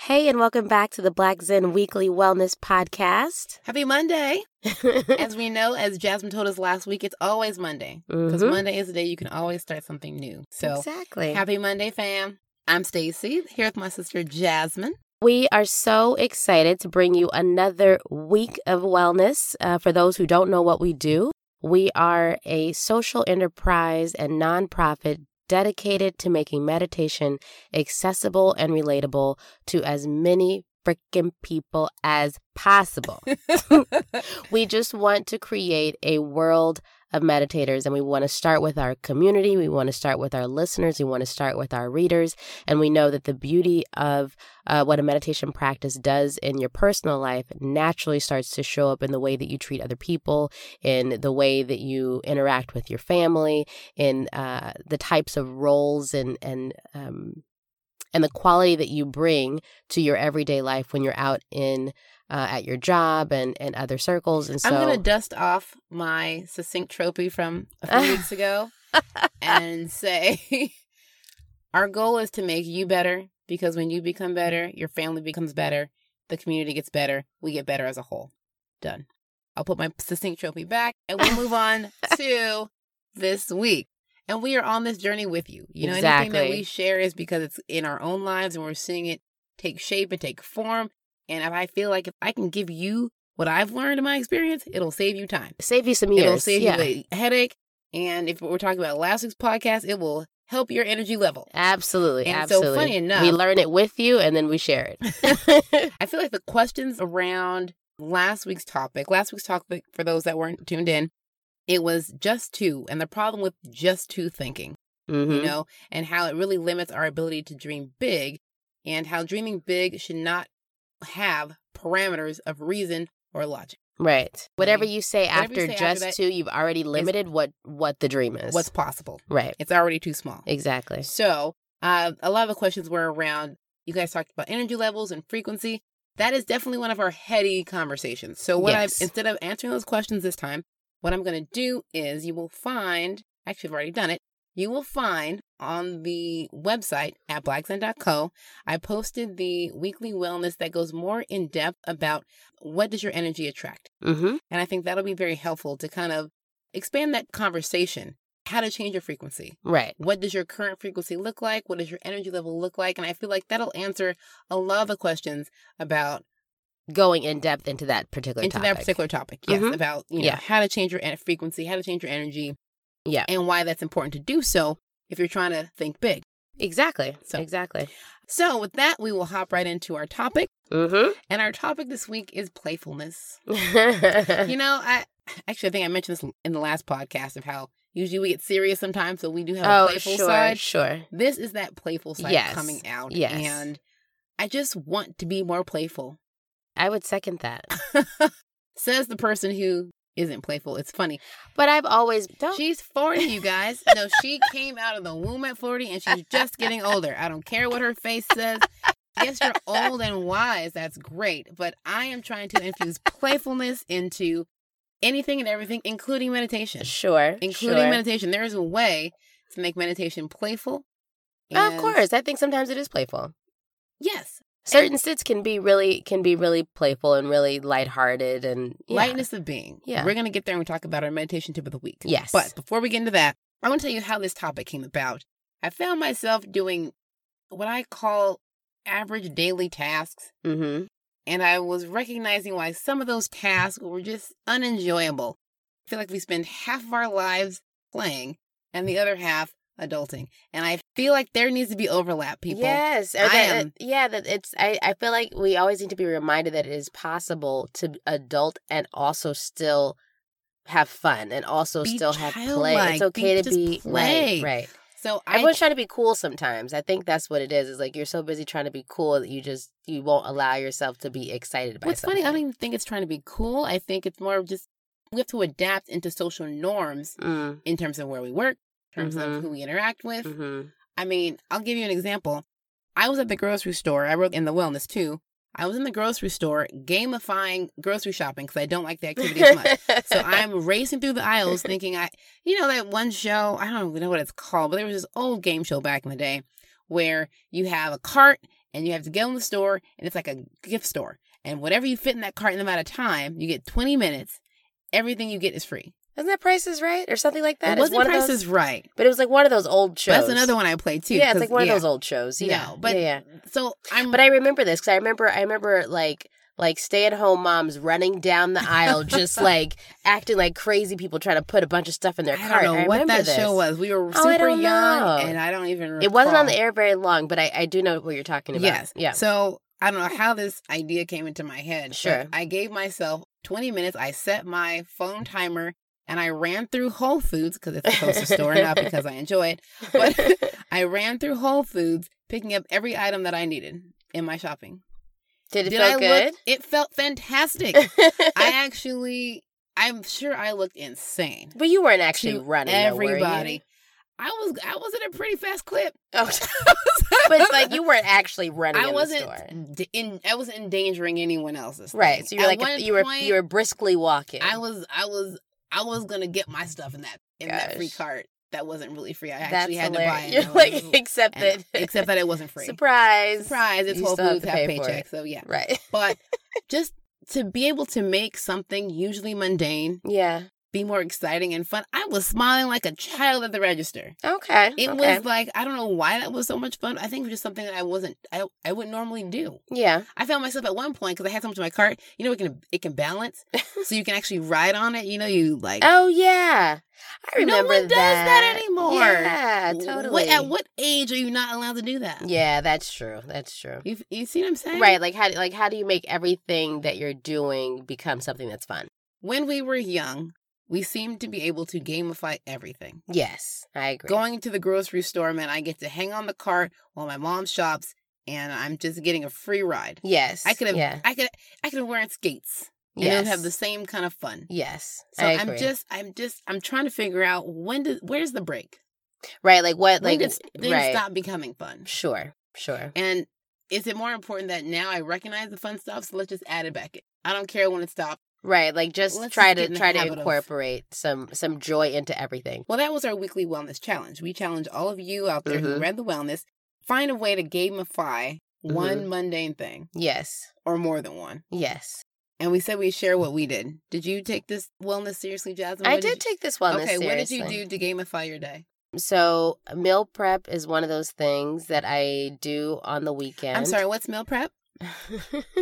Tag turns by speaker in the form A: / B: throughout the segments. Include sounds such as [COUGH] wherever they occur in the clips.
A: Hey, and welcome back to the Black Zen Weekly Wellness Podcast.
B: Happy Monday.
A: [LAUGHS]
B: as we know, as Jasmine told us last week, it's always Monday because
A: Mhm.
B: Monday is the day you can always start something new. So
A: exactly.
B: happy Monday, fam. I'm Stacy here with my sister [LAUGHS] Jasmine.
A: We are so excited to bring you another week of wellness. Uh, for those who don't know what we do, we are a social enterprise and nonprofit dedicated to making meditation accessible and relatable to as many freaking people as possible. we just want to create a world of meditators and we want to start with our community we want to start with our listeners we want to start with our readers and we know that the beauty of uh, what a meditation practice does in your personal life naturally starts to show up in the way that you treat other people in the way that you interact with your family in uh, the types of roles and and um, and the quality that you bring to your everyday life when you're out in uh, at your job and and other circles and so
B: I'm going to dust off my succinct trophy from a few weeks ago and say [LAUGHS] our goal is to make you better because when you become better, your family becomes better, the community gets better, we get better as a whole. Done. I'll put my succinct trophy back and we'll move on to this week. And we are on this journey with you. You know, anything
A: Exactly.
B: that we share is because it's in our own lives and we're seeing it take shape and take form. And if I feel like if I can give you what I've learned in my experience, it'll save you time.
A: save you some years
B: It'll save
A: yeah
B: you a headache. And if we're talking about last week's podcast, it will help your energy level.
A: absolutely
B: And so
A: absolutely
B: funny enough-
A: we learn it with you and then we share
B: [LAUGHS]
A: it [LAUGHS]
B: I feel like the questions around last week's topic, last week's topic, for those that weren't tuned in, it was just two and the problem with just two thinking.
A: Mhm.
B: you know, and how it really limits our ability to dream big and how dreaming big should not have parameters of reason or logic.
A: Right. Whatever
B: Right.
A: you say
B: Whatever you
A: after
B: say after
A: just
B: that
A: two, you've already limited what what the dream is.
B: What's possible?
A: right?
B: It's already too small.
A: Exactly.
B: So, uh, a lot of the questions were around you guys talked about energy levels and frequency. That is definitely one of our heady conversations. So, what
A: Yes.
B: I've instead of answering those questions this time, what I'm going to do is you will find, actually, I've already done it, you will find on the website at blackzen.co, I posted the weekly wellness that goes more in depth about what does your energy attract?
A: Mm-hmm.
B: And I think that'll be very helpful to kind of expand that conversation. How to change your frequency.
A: Right.
B: What does your current frequency look like? What does your energy level look like? And I feel like that'll answer a lot of the questions about
A: Going in depth into that particular
B: into
A: topic.
B: that particular topic. Yes,
A: Mhm.
B: about you know
A: Yeah.
B: how to change your en- frequency, how to change your energy,
A: Yeah.
B: and why that's important to do so if you're trying to think big.
A: Exactly.
B: So-
A: Exactly.
B: So with that, we will hop right into our topic,
A: Mm-hmm. [LAUGHS]
B: and our topic this week is playfulness.
A: Uh-huh.
B: you know, I actually I think I mentioned this in the last podcast of how usually we get serious sometimes, so we do have a
A: oh,
B: playful
A: sure,
B: side.
A: sure.
B: This is that playful side
A: Yes,
B: coming out,
A: yes.
B: and I just want to be more playful.
A: I would second that.
B: Says the person who isn't playful. It's funny.
A: But I've always don't.
B: She's forty,
A: [LAUGHS]
B: you guys. no, she came out of the womb at forty, and she's just getting older. I don't care what her face says. Yes, you're old and wise. That's great. But I am trying to infuse playfulness into anything and everything, including meditation.
A: sure.
B: including
A: sure.
B: meditation. There is a way to make meditation playful.
A: Oh, of
B: and-
A: course, I think sometimes it is playful.
B: Yes.
A: Certain sits can be really can be really playful and really lighthearted and yeah.
B: Lightness of being.
A: Yeah.
B: We're going to get there and we talk about our meditation tip of the week.
A: Yes.
B: But before we get into that, I want to tell you how this topic came about. I found myself doing what I call average daily tasks.
A: Mm-hmm.
B: And I was recognizing why some of those tasks were just unenjoyable. I feel like we spend half of our lives playing and the other half adulting. And I feel like there needs to be overlap, people.
A: Yes, or
B: I
A: that- uh,
B: am-
A: yeah, that it's. I, I feel like we always need to be reminded that it is possible to adult and also still have fun and also
B: Be
A: still have play. It's
B: childlike. Be-
A: okay to
B: just
A: be
B: play.
A: right, right.
B: So I
A: Everyone's trying to be cool sometimes. I think that's what it is. Is like you're so busy trying to be cool that you just you won't allow yourself to be excited by
B: What's funny, I don't
A: something.
B: even think it's trying to be cool. I think it's more of just we have to adapt into social norms
A: Mm,
B: in terms of where we work, in terms
A: Mhm.
B: of who we interact with.
A: mhm.
B: I mean, I'll give you an example. I was at the
A: Mm-hmm.
B: grocery store. I wrote in the wellness too. I was in the grocery store gamifying grocery shopping because I don't like the [LAUGHS] activity as much.
A: [LAUGHS]
B: So I'm racing through the aisles thinking I, you know, that one show, I don't even know what it's called, but there was this old game show back in the day where you have a cart and you have to go in the store and it's like a gift store. And whatever you fit in that cart in the amount of time, you get 20 minutes. Everything you get is free.
A: Isn't that Price is Right or something like that?
B: it
A: It's
B: wasn't
A: one of
B: Price
A: those-
B: is Right.
A: but it was like one of those old shows.
B: But That's another one I played too.
A: Yeah, it's
B: 'cause-
A: like one
B: yeah.
A: of those old shows. Yeah,
B: No, but-
A: yeah, yeah. [LAUGHS]
B: So I'm.
A: But I remember this because I remember I remember like like stay at home moms running down the
B: [LAUGHS]
A: aisle just like acting like crazy people trying to put a bunch of stuff in their
B: I
A: cart.
B: don't know what
A: remember
B: that
A: this. Oh,
B: show was. We were
A: I
B: super
A: don't
B: young,
A: know.
B: and I don't even. Recall.
A: It wasn't on the air very long, but I, I do know what you're talking about.
B: Yes.
A: Yeah.
B: So I don't know how this idea came into my head. but
A: Sure.
B: I gave myself 20 minutes. I set my phone timer and I ran through Whole Foods because it's the closest store,
A: [LAUGHS]
B: not because I enjoy it. [LAUGHS] But I ran through Whole Foods, picking up every item that I needed in my shopping.
A: Did it
B: Did
A: feel
B: I
A: good?
B: look? It felt
A: [LAUGHS]
B: fantastic. I actually, I'm sure I looked insane.
A: but you weren't actually
B: to
A: running. though, were you?
B: everybody. I was I was at a pretty fast clip.
A: Oh, [LAUGHS]
B: [LAUGHS]
A: but like you weren't actually running.
B: I
A: in
B: wasn't
A: The store.
B: d- in. I wasn't endangering anyone else's. thing.
A: Right. So you're
B: At
A: like
B: one
A: you were
B: point,
A: you were briskly walking.
B: I was. I was. I was gonna get my stuff in that in that free
A: Gosh.
B: cart. That wasn't really free. I
A: That's
B: actually
A: [LAUGHS]
B: had
A: hilarious.
B: to buy it.
A: You're
B: and I was-
A: like except
B: and-
A: that [LAUGHS]
B: except that it wasn't free.
A: surprise
B: Surprise! It's
A: You
B: Whole
A: still have
B: Foods
A: to
B: half
A: pay for
B: paycheck.
A: it.
B: So yeah,
A: Right. [LAUGHS]
B: but just to be able to make something usually mundane
A: Yeah.
B: be more exciting and fun. I was smiling like a child at the register.
A: Okay.
B: It
A: okay.
B: was like I don't know why that was so much fun. I think it was just something that I wasn't I I wouldn't normally do.
A: Yeah.
B: I found myself at one point because I had so much in my cart. You know, it can it can
A: [LAUGHS]
B: balance, so you can actually ride on it. You know, you like
A: Oh yeah. I
B: No one
A: remember
B: does that anymore.
A: Yeah,
B: w-
A: totally.
B: What, at what age are you not allowed to do that?
A: Yeah, that's true. That's true.
B: you you see what I'm saying?
A: Right, like how like how do you make everything that you're doing become something that's fun?
B: When we were young, we seemed to be able to gamify everything.
A: Yes, I agree.
B: Going to the grocery store, man, I get to hang on the cart while my mom shops, and I'm just getting a free ride.
A: yes,
B: I could have,
A: Yeah.
B: I could, I could have wearing skates. And
A: Yes.
B: it would have the same kind of fun.
A: yes.
B: So
A: I
B: I'm
A: agree.
B: just, I'm just, I'm trying to figure out when does, where's the break?
A: right. Like what?
B: When
A: Like
B: does things
A: right.
B: stop becoming fun?
A: Sure. Sure.
B: And is it more important that now I recognize the fun stuff? So let's just add it back in. I don't care when it stops.
A: Right. Like just
B: Let's
A: try
B: just get in
A: to
B: the
A: try to
B: habit of-
A: incorporate some some joy into everything.
B: Well, that was our weekly wellness challenge. We challenge all of you out there who
A: Mhm.
B: read the wellness, find a way to gamify one
A: Mm-hmm.
B: mundane thing
A: Yes.
B: or more than one.
A: Yes.
B: And we said we share what we did. Did you take this wellness seriously, Jasmine?
A: I
B: What
A: did take this wellness
B: okay,
A: seriously.
B: what did you do to gamify your day?
A: So meal prep is one of those things that I do on the weekend.
B: I'm sorry, what's meal prep?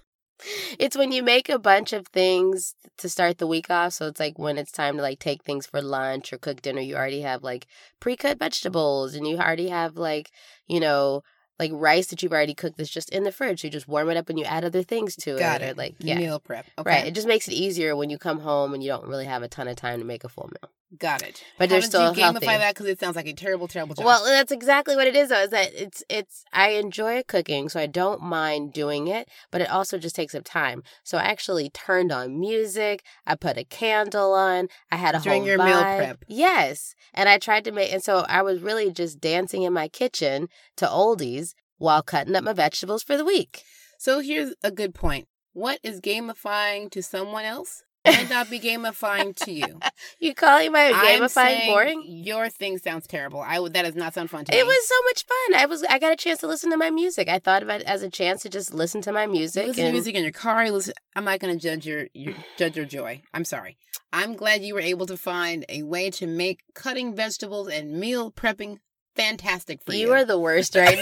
A: [LAUGHS] it's when you make a bunch of things to start the week off. So it's like when it's time to like take things for lunch or cook dinner, you already have like pre cut vegetables and you already have like, you know, like rice that you've already cooked that's just in the fridge. You just warm it up and you add other things to
B: Got
A: it. Or
B: it.
A: like yeah.
B: Meal prep. Okay.
A: Right. It just makes it easier when you come home and you don't really have a ton of time to make a full meal.
B: Got it.
A: But
B: How
A: they're
B: did
A: still
B: you
A: healthy.
B: gamify that? Because it sounds like a terrible, terrible job.
A: Well, that's exactly what it is. Though, is that it's it's I enjoy cooking, so I don't mind doing it, but it also just takes up time. So I actually turned on music. I put a candle on. I had a
B: During
A: whole
B: your meal
A: vibe.
B: prep.
A: Yes, and I tried to make, and so I was really just dancing in my kitchen to oldies while cutting up my vegetables for the week.
B: so here's a good point. What is gamifying to someone else might not be gamifying to you.
A: You calling my
B: I'm
A: [LAUGHS] gamifying
B: saying
A: boring?
B: Your thing sounds terrible. I would. That does not sound fun to me.
A: It was so much fun. I was I got a chance to listen to my music. I thought about it as a chance to just listen to my
B: You
A: music.
B: listen to
A: and-
B: music in your car. You listen, I'm not going to judge your,
A: [SIGHS]
B: your judge your joy. I'm sorry. I'm glad you were able to find a way to make cutting vegetables and meal prepping fantastic for you.
A: You are the worst
B: [LAUGHS]
A: right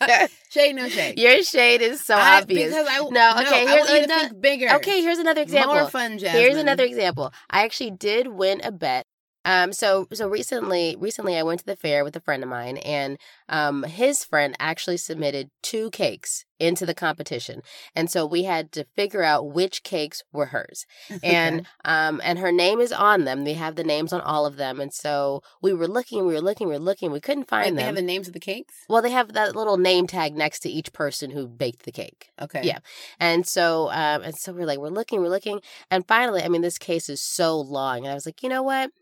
A: now.
B: Shay, no shade.
A: Your shade is so
B: I-
A: obvious.
B: Because I no.
A: okay,
B: I
A: here's
B: want you to
A: ano-
B: think bigger.
A: Okay, here's another example.
B: More fun, Jasmine.
A: Here's another example. I actually did win a bet. Um, so so recently, recently I went to the fair with a friend of mine, and um, his friend actually submitted two cakes into the competition, and so we had to figure out which cakes were
B: [LAUGHS]
A: hers, and um, and her name is on them. They have the names on all of them, and so we were looking, we were looking, we were looking, we couldn't
B: Wait,
A: find
B: they
A: them.
B: have the names of the cakes.
A: well, they have that little name tag next to each person who baked the cake.
B: Okay.
A: Yeah. And so, um, and so we're like, we're looking, we're looking, and finally, I mean, this case is so long, and I was like, you know what?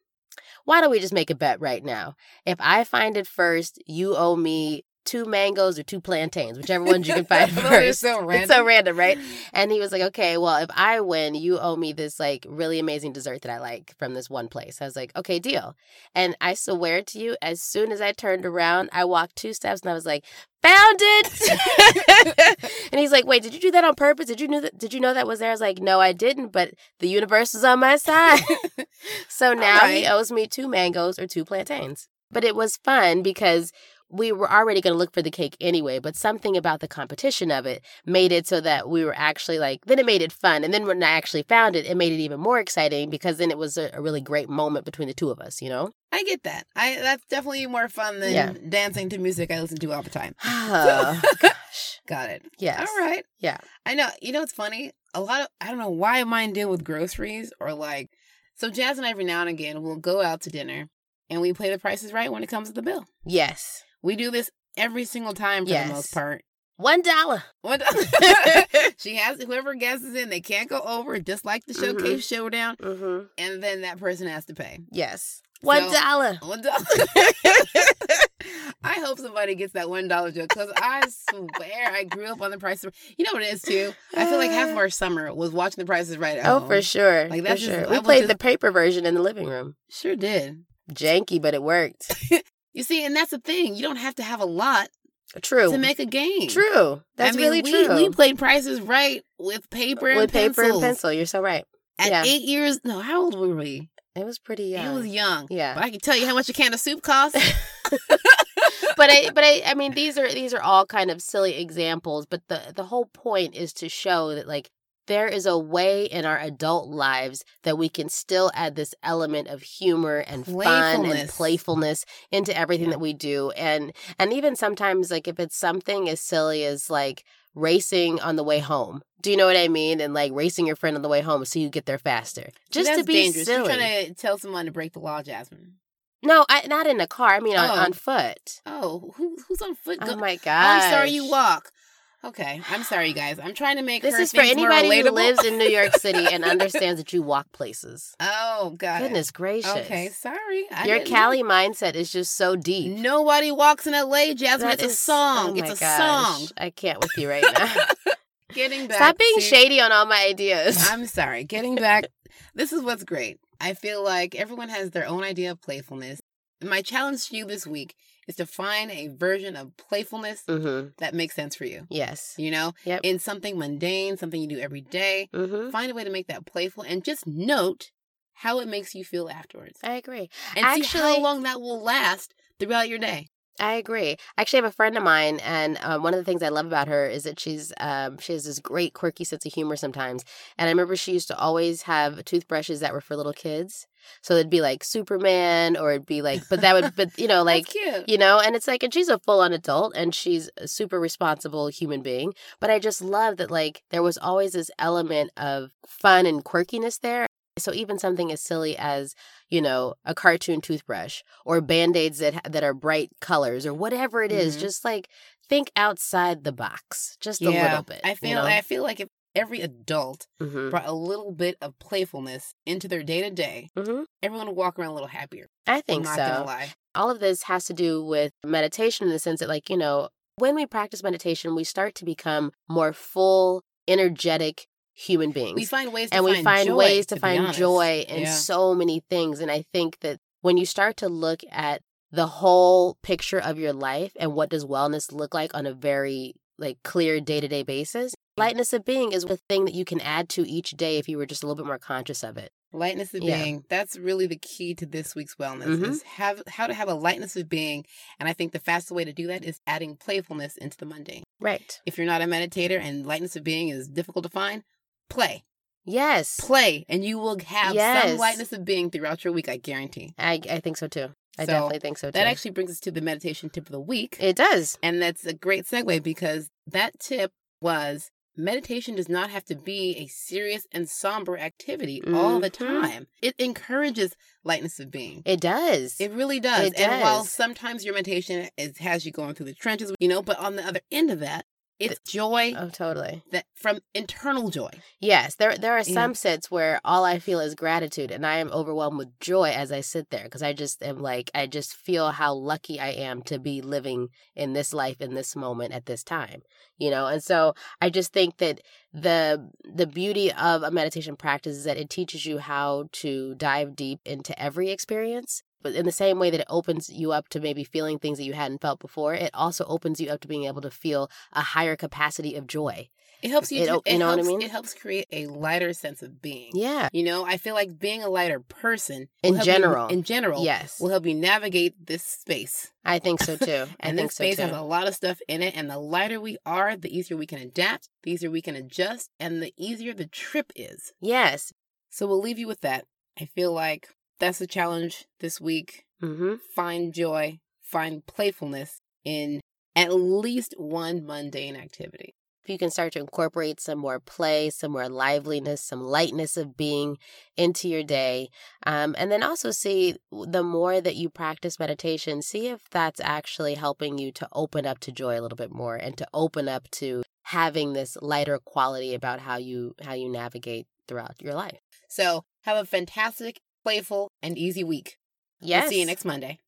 A: Why don't we just make a bet right now? If I find it first, you owe me two mangoes or two plantains, whichever ones you can find
B: [LAUGHS] Those are
A: first.
B: so
A: It's so random, [LAUGHS]
B: random.
A: right? And he was like, okay, well, if I win, you owe me this like really amazing dessert that I like from this one place. I was like, okay, deal. And I swear to you, as soon as I turned around, I walked two steps and I was like, found it. [LAUGHS] and he's like, wait, did you do that on purpose? Did you know that? Did you know that was there? I was like, no, I didn't. But the universe is on my side. So now he
B: right.
A: owes me two mangoes or two plantains. But it was fun because we were already going to look for the cake anyway, but something about the competition of it made it so that we were actually like, then it made it fun. And then when I actually found it, it made it even more exciting because then it was a, a really great moment between the two of us, you know?
B: I get that. I that's definitely more fun than
A: Yeah.
B: dancing to music I listen to all the time.
A: [SIGHS] Oh, [LAUGHS] gosh.
B: Got it.
A: Yes.
B: All right.
A: Yeah.
B: I know. You know, it's funny. A lot of I don't know why mine deal with groceries or like. So Jazz and I every now and again we'll go out to dinner, and we play the prices right when it comes to the bill.
A: Yes.
B: We do this every single time for
A: Yes.
B: the most part.
A: One dollar.
B: What?
A: [LAUGHS]
B: [LAUGHS] she has whoever guesses in, they can't go over. Just like the showcase showdown,
A: Mm-hmm.
B: and then that person has to pay.
A: Yes. One
B: So-
A: dollar.
B: One dollar. I hope somebody gets that one dollar joke because I swear I grew up on the Price is You know what it is too. I feel
A: [SIGHS]
B: like half of our summer was watching the Price is Right. At
A: Oh,
B: home.
A: for sure.
B: Like,
A: for
B: that's just-
A: sure.
B: I
A: we
B: was
A: played
B: just-
A: the paper version in the living room.
B: Sure did.
A: Janky, but it worked.
B: You see, and that's the thing. You don't have to have a lot
A: True.
B: to make a game.
A: True. That's
B: I mean,
A: really
B: we,
A: true.
B: We played Prices Right with paper and
A: with paper and
B: pencils
A: pencil. You're so right.
B: at
A: yeah.
B: eight years. No, how old were we?
A: It was pretty young.
B: It was young. But
A: yeah,
B: I can tell you how much a can of soup costs.
A: but I, but I, I mean, these are these are all kind of silly examples. But the the whole point is to show that like there is a way in our adult lives that we can still add this element of humor and fun and
B: Playfulness.
A: playfulness into everything that we do, and and even sometimes like if it's something as silly as like racing on the way home. Do you know what I mean? And like racing your friend on the way home so you get there faster. [LAUGHS] Just
B: That's
A: to be
B: dangerous.
A: silly.
B: You're trying to tell someone to break the law, Jasmine.
A: No, I, not in a car. I mean, on,
B: Oh.
A: on foot.
B: Oh, who, who's on foot?
A: Oh
B: Go-
A: my
B: Oh,
A: god!
B: I'm sorry you walk. Okay, I'm sorry, you guys. I'm trying to make
A: This
B: her
A: is for
B: things more
A: anybody who
B: relatable.
A: lives in New York City and understands that you walk places.
B: [LAUGHS] Oh, God.
A: Goodness gracious!
B: Okay, sorry. I
A: your
B: didn't
A: Cali mindset is just so
B: know.
A: deep.
B: Nobody walks in L.A. Jasmine.
A: That
B: it's a
A: is-
B: song.
A: oh my
B: it's a
A: gosh.
B: song.
A: I can't
B: [LAUGHS]
A: with you right now.
B: Getting back.
A: Stop being
B: to-
A: shady on all my ideas.
B: [LAUGHS] I'm sorry. Getting back. this is what's great. I feel like everyone has their own idea of playfulness. My challenge to you this week is to find a version of playfulness
A: mm-hmm.
B: that makes sense for you.
A: Yes.
B: You know,
A: Yep.
B: in something mundane, something you do every day.
A: Mm-hmm.
B: find a way to make that playful and just note how it makes you feel afterwards
A: I agree.
B: and see how
A: actually-
B: long that will last throughout your day
A: I agree. I actually have a friend of mine, and um, one of the things I love about her is that she's um, she has this great quirky sense of humor sometimes. And I remember she used to always have toothbrushes that were for little kids, so it'd be like Superman, or it'd be like, but that would, but you know, like
B: That's cute
A: you know and it's like and she's a full-on adult and she's a super responsible human being but i just love that like there was always this element of fun and quirkiness there so even something as silly as you know a cartoon toothbrush or band-aids that ha- that are bright colors or whatever it is,
B: Mhm.
A: just like think outside the box just a little bit
B: i feel
A: you know?
B: i feel like if every adult
A: Mhm.
B: brought a little bit of playfulness into their day-to-day
A: Mhm.
B: everyone would walk around a little happier
A: i think
B: i'm not
A: so
B: gonna lie
A: all of this has to do with meditation in the sense that like you know when we practice meditation we start to become more full energetic human beings
B: we find ways to
A: and
B: find
A: we find
B: joy,
A: ways to,
B: be
A: find
B: honest.
A: joy in
B: Yeah.
A: so many things and i think that when you start to look at the whole picture of your life and what does wellness look like on a very like clear day-to-day basis lightness of being is a thing that you can add to each day if you were just a little bit more conscious of it
B: lightness of
A: Yeah.
B: being that's really the key to this week's wellness
A: Mhm.
B: is have how to have a lightness of being and i think the fastest way to do that is adding playfulness into the mundane
A: right
B: If you're not a meditator and lightness of being is difficult to find, play.
A: yes
B: Play, and you will have
A: Yes.
B: some lightness of being throughout your week, I guarantee.
A: I, I think so too i
B: So,
A: definitely think so too
B: That actually brings us to the meditation tip of the week.
A: It does.
B: and that's a great segue because that tip was meditation does not have to be a serious and somber activity all the
A: Mhm.
B: time. It encourages lightness of being.
A: It does.
B: It really does.
A: It
B: And while
A: does.
B: sometimes your meditation is has you going through the trenches, you know, but on the other end of that, It's joy
A: Oh, totally.
B: that from internal joy.
A: Yes, there there are
B: Yeah.
A: some sits where all I feel is gratitude and I am overwhelmed with joy as I sit there because I just am like I just feel how lucky I am to be living in this life in this moment at this time. You know, and so I just think that the the beauty of a meditation practice is that it teaches you how to dive deep into every experience. But in the same way that it opens you up to maybe feeling things that you hadn't felt before, it also opens you up to being able to feel a higher capacity of joy.
B: It helps you.
A: It
B: to-
A: o-
B: it
A: you know what I
B: helps,
A: mean?
B: It helps create a lighter sense of being.
A: Yeah.
B: You know, I feel like being a lighter person
A: In
B: will help you-
A: general.
B: in general,
A: Yes.
B: will help you navigate this space.
A: I think so
B: [LAUGHS]
A: too. I
B: And
A: think
B: this
A: so
B: space
A: too.
B: has a lot of stuff in it. And the lighter we are, the easier we can adapt, the easier we can adjust, and the easier the trip is.
A: yes.
B: So we'll leave you with that. I feel like that's the challenge this week.
A: hmm
B: Find joy, find playfulness in at least one mundane activity.
A: If you can start to incorporate some more play, some more liveliness, some lightness of being into your day, um, and then also see the more that you practice meditation, see if that's actually helping you to open up to joy a little bit more and to open up to having this lighter quality about how you how you navigate throughout your life.
B: So have a fantastic, playful, and easy week. We'll
A: Yes.
B: see you next Monday.